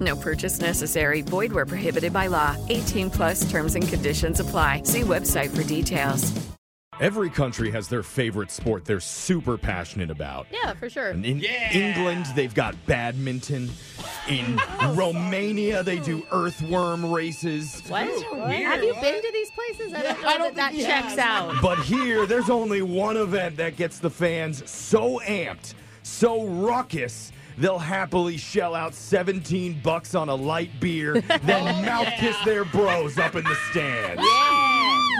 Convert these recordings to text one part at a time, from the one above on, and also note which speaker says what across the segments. Speaker 1: No purchase necessary. Void where prohibited by law. 18 plus terms and conditions apply. See website for details.
Speaker 2: Every country has their favorite sport they're super passionate about.
Speaker 3: Yeah, for sure.
Speaker 2: And in England, they've got badminton. In Romania, they do earthworm races.
Speaker 3: Have you been to these places? I don't know that that checks out.
Speaker 2: But here, there's only one event that gets the fans so amped, so ruckus, they'll happily shell out 17 bucks on a light beer, then mouth kiss their bros up in the stands.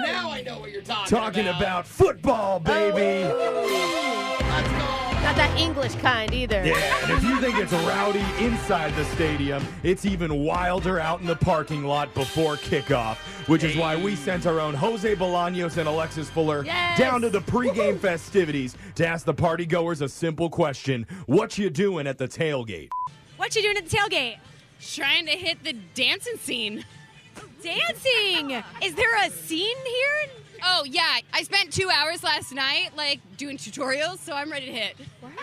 Speaker 4: Now I know what you're talking,
Speaker 2: Talking about football, baby.
Speaker 3: Not that English kind either.
Speaker 2: Yeah, and if you think it's rowdy inside the stadium, it's even wilder out in the parking lot before kickoff, which is why we sent our own Jose Bolaños and Alexis Fuller
Speaker 3: Yes.
Speaker 2: down to the pregame festivities to ask the partygoers a simple question: What you doing at the tailgate?
Speaker 5: What you doing at the tailgate? Trying to hit the dancing scene. Dancing? Is there a scene here? Oh yeah, I spent two hours last night like doing tutorials, so I'm ready to hit.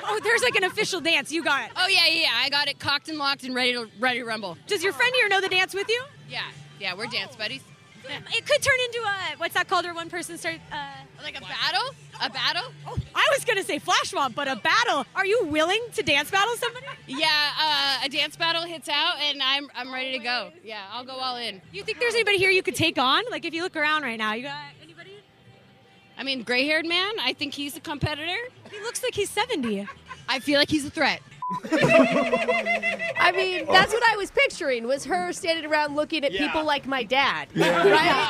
Speaker 5: Oh, there's like an official dance. You got it. Oh yeah, yeah, yeah. I got it cocked and locked and ready to ready to rumble. Does your friend Oh. here know the dance with you? Yeah, yeah, we're dance buddies. It could turn into a what's that called? Where one person starts uh, like a battle? A battle? Oh, I was gonna say flash mob, but a battle. Are you willing to dance battle somebody? Yeah, uh, a dance battle hits out, and I'm I'm ready to go. Yeah, I'll go all in. You think there's anybody here you could take on? Like if you look around right now, you got anybody? I mean, gray-haired man. I think he's a competitor. He looks like he's 70. I feel like he's a threat.
Speaker 3: I
Speaker 4: Oh.
Speaker 3: mean, that's what I was picturing was her standing around looking at people like my dad. Right?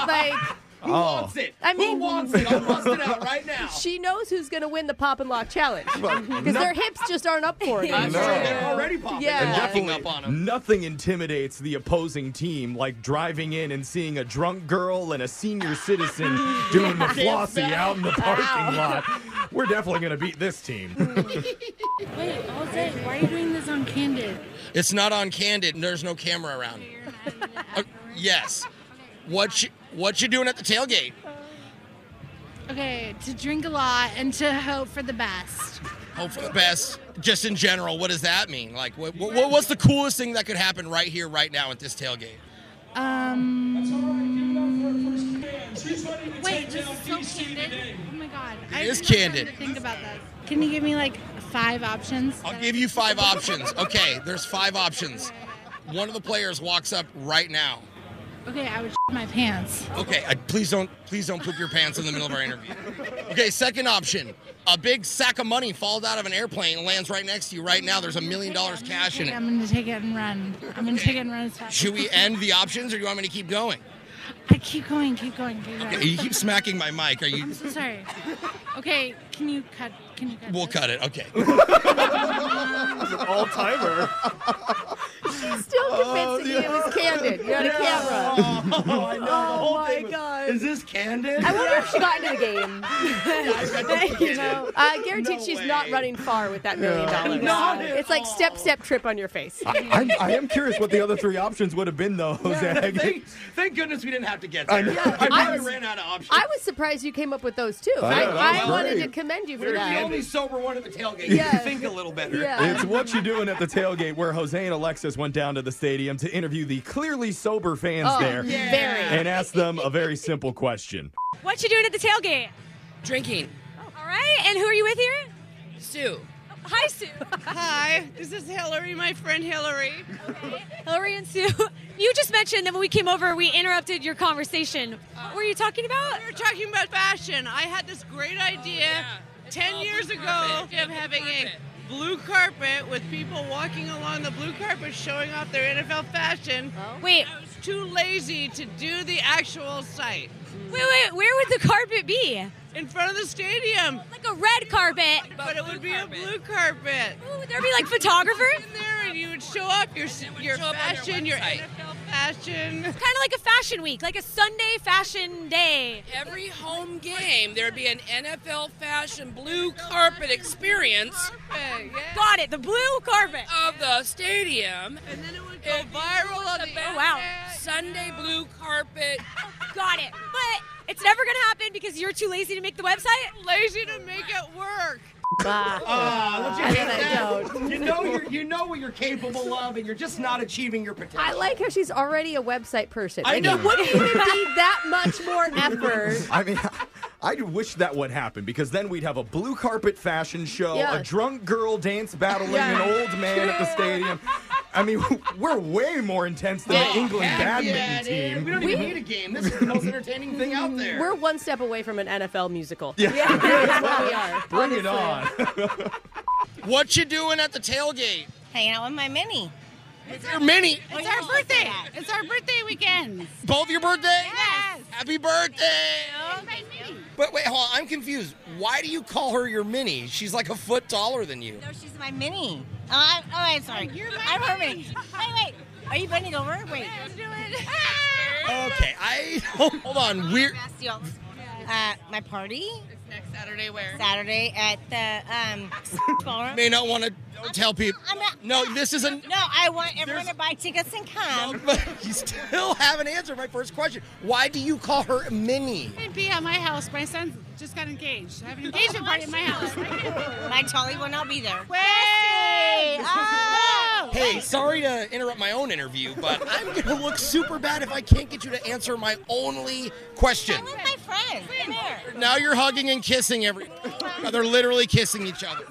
Speaker 3: Like
Speaker 4: Who wants it?
Speaker 3: I mean-
Speaker 4: Who wants it? I'll bust it out right now.
Speaker 3: she knows who's going to win the pop and lock challenge because
Speaker 2: no-
Speaker 3: their hips just aren't up for it.
Speaker 4: I'm
Speaker 2: No.
Speaker 4: sure they're already popping.
Speaker 3: Yeah.
Speaker 4: They're
Speaker 3: And
Speaker 4: locking up on them.
Speaker 2: Nothing intimidates the opposing team like driving in and seeing a drunk girl and a senior citizen doing the flossy out in the parking lot. We're definitely going to beat this team.
Speaker 6: Wait, Jose, why are you doing this on Candid?
Speaker 4: It's not on candid. and There's no camera around. Uh, yes. What you, what you doing at the tailgate?
Speaker 6: Okay, to drink a lot and to hope for the best.
Speaker 4: Hope for the best. Just in general, what does that mean? Like, what, what, what what's the coolest thing that could happen right here, right now at this tailgate?
Speaker 6: Um. Wait, this is so candid. Oh my god. I
Speaker 4: is
Speaker 6: didn't have time
Speaker 4: candid.
Speaker 6: To think about this. Can you give me like five options?
Speaker 4: I'll give you five options. Okay, there's five options. One of the players walks up right now.
Speaker 6: Okay, I would shit my pants.
Speaker 4: Okay, I, please don't please don't poop your pants in the middle of our interview. Okay, second option. A big sack of money falls out of an airplane and lands right next to you right now. There's a million dollars cash in it.
Speaker 6: I'm gonna take it and run. I'm gonna take it and run as fast.
Speaker 4: Should we end the options or do you want me to keep going?
Speaker 6: I keep going, keep going, keep going.
Speaker 4: You keep smacking my mic. Are you
Speaker 6: I'm so sorry. Okay, can you cut Can you cut
Speaker 4: We'll
Speaker 6: this?
Speaker 4: cut it. Okay.
Speaker 7: All timer.
Speaker 3: Still convincing me it was candid. You're on a camera.
Speaker 7: Oh, I know.
Speaker 3: Oh my god.
Speaker 7: Is this candid?
Speaker 3: I wonder if she got into the game. you know, I guarantee
Speaker 4: No
Speaker 3: she's not
Speaker 4: way.
Speaker 3: running far with that million dollars.
Speaker 7: Not at
Speaker 3: it's like step, step, trip on your face.
Speaker 2: I'm, I am curious what the other three options would have been, though, Jose.
Speaker 4: thank, thank goodness we didn't have to get there. I
Speaker 3: I
Speaker 4: probably
Speaker 3: was-
Speaker 4: ran out of options.
Speaker 3: I was surprised you came up with those too.
Speaker 2: I
Speaker 3: I,
Speaker 2: know, that
Speaker 3: I
Speaker 2: was
Speaker 3: wanted
Speaker 2: great.
Speaker 3: to commend you for
Speaker 4: You're the
Speaker 3: that.
Speaker 4: only sober one at the tailgate.
Speaker 3: Yeah.
Speaker 4: You think a little better.
Speaker 3: Yeah.
Speaker 2: It's what you doing at the tailgate where Jose and Alexis went down to the stadium to interview the clearly sober fans
Speaker 3: Oh,
Speaker 2: there
Speaker 3: Very.
Speaker 2: and asked them a very simple question.
Speaker 5: What you doing at the tailgate? Oh,
Speaker 8: Drinking.
Speaker 5: All right, and who are you with here? Oh,
Speaker 8: Sue.
Speaker 5: Hi, Sue.
Speaker 6: Hi, this is Hillary, my friend Hillary.
Speaker 5: Hillary and Sue. You just mentioned that when we came over, we interrupted your conversation.
Speaker 8: Uh.
Speaker 5: What were you talking about?
Speaker 6: We're talking about fashion. I had this great idea
Speaker 8: Oh, yeah. It's
Speaker 6: 10
Speaker 8: all
Speaker 6: years
Speaker 8: blue
Speaker 6: ago
Speaker 8: carpet.
Speaker 6: of having
Speaker 8: Carpet.
Speaker 6: a blue carpet with people walking along the blue carpet showing off their NFL fashion.
Speaker 5: Wait,
Speaker 6: I was too lazy to do the actual site.
Speaker 5: wait, wait. Where would the carpet be?
Speaker 6: In front of the stadium.
Speaker 5: Like a red carpet.
Speaker 6: But it would be a blue carpet.
Speaker 5: Ooh, would there be like photographers?
Speaker 6: In there and you would show up your your
Speaker 8: show up on their
Speaker 6: fashion, your
Speaker 8: website.
Speaker 6: NFL fashion.
Speaker 5: Kind of like a fashion week, like a Sunday fashion day.
Speaker 8: Every home game, there would be an NFL fashion blue carpet experience
Speaker 6: Perfect, yeah.
Speaker 5: Got it. The blue carpet.
Speaker 8: of the stadium.
Speaker 6: And then it would go
Speaker 8: If you
Speaker 6: viral on
Speaker 8: look
Speaker 6: the
Speaker 8: about
Speaker 5: Oh, wow.
Speaker 8: Sunday blue carpet.
Speaker 5: Got it. But it's never gonna happen because you're too lazy to make the website.
Speaker 6: lazy to make it work. Uh,
Speaker 7: Ah, let you hate that. You know you're, you know what you're capable of, and you're just not achieving your potential.
Speaker 3: I like how she's already a website person.
Speaker 7: I
Speaker 3: Like,
Speaker 7: know.
Speaker 3: It wouldn't even be that much more effort.
Speaker 2: I mean, I do wish that would happen because then we'd have a blue carpet fashion show,
Speaker 3: Yeah.
Speaker 2: a drunk girl dance battling
Speaker 3: Yeah.
Speaker 2: an old man at the stadium. I mean, we're way more intense than the England
Speaker 7: Heck yeah,
Speaker 2: badminton
Speaker 7: dude.
Speaker 2: team.
Speaker 7: We don't even need a game. This is the most entertaining thing out there.
Speaker 3: We're one step away from an NFL musical.
Speaker 2: Yeah.
Speaker 3: That's what we are.
Speaker 2: Bring it on.
Speaker 4: What you doing at the tailgate?
Speaker 6: Hanging out with my mini.
Speaker 4: With your mini.
Speaker 6: It's our birthday. It's our birthday weekend.
Speaker 4: Both your birthday?
Speaker 6: Yes.
Speaker 4: Happy birthday!
Speaker 6: My mini.
Speaker 4: But wait, hold on. I'm confused. Why do you call her your mini? She's like a foot taller than you.
Speaker 6: No, she's my mini. Oh, I'm, oh, I'm sorry. You're my I'm her mini. Wait, wait. Are you bending over? Wait. Let's do it.
Speaker 4: Okay, I hold on. We're
Speaker 6: Uh, my party. Next Saturday, where? Saturday at the um. ballroom.
Speaker 4: may not want to tell people.
Speaker 6: I'm not-
Speaker 4: No, this isn't.
Speaker 6: No, I want everyone to buy tickets and come.
Speaker 4: you still haven't answered my first question. Why do you call her mini?
Speaker 6: Be at my house. My son just got engaged. I have an engagement party at my house. my Tolly will not be there. Way! Oh!
Speaker 4: Hey, sorry to interrupt my own interview, but I'm gonna look super bad if I can't get you to answer my only question.
Speaker 6: With my friends. Come here.
Speaker 4: Now you're hugging and kissing every. No, They're literally kissing each other.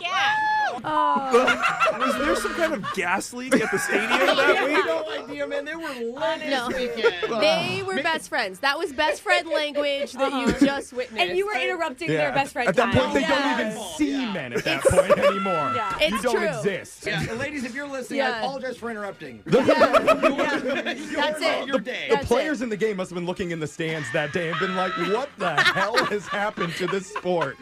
Speaker 6: Yeah.
Speaker 7: Was there some kind of gas leak at the stadium that week?
Speaker 4: No idea, man. They were lit.
Speaker 3: No. They were best friends. That was best friend language that you just witnessed.
Speaker 9: And you were interrupting their
Speaker 2: at-
Speaker 9: best friend.
Speaker 2: Uh-huh. At that
Speaker 9: time.
Speaker 2: point, they don't even see men at that point anymore. You
Speaker 3: It's
Speaker 2: don't
Speaker 3: true.
Speaker 2: exist.
Speaker 4: Yeah, ladies, if you're listening,
Speaker 3: Yeah.
Speaker 4: I apologize for interrupting.
Speaker 3: That's it.
Speaker 4: Your day.
Speaker 2: The
Speaker 3: That's
Speaker 2: players
Speaker 3: it.
Speaker 2: in the game must have been looking in the stands that day and been like, "What the hell has happened to this sport?"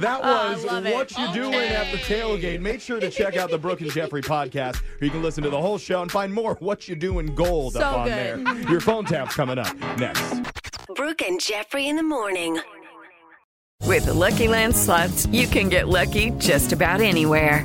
Speaker 2: That was
Speaker 3: Oh, love it.
Speaker 2: what you doing at the tailgate. Make sure to check out the Brooke and Jeffrey podcast, where you can listen to the whole show and find more "What You Doing" gold
Speaker 3: So
Speaker 2: up on
Speaker 3: good.
Speaker 2: there. Your phone tap's coming up next.
Speaker 1: Brooke and Jeffrey in the morning.
Speaker 10: With
Speaker 1: Lucky Land slots, you can get lucky just about anywhere.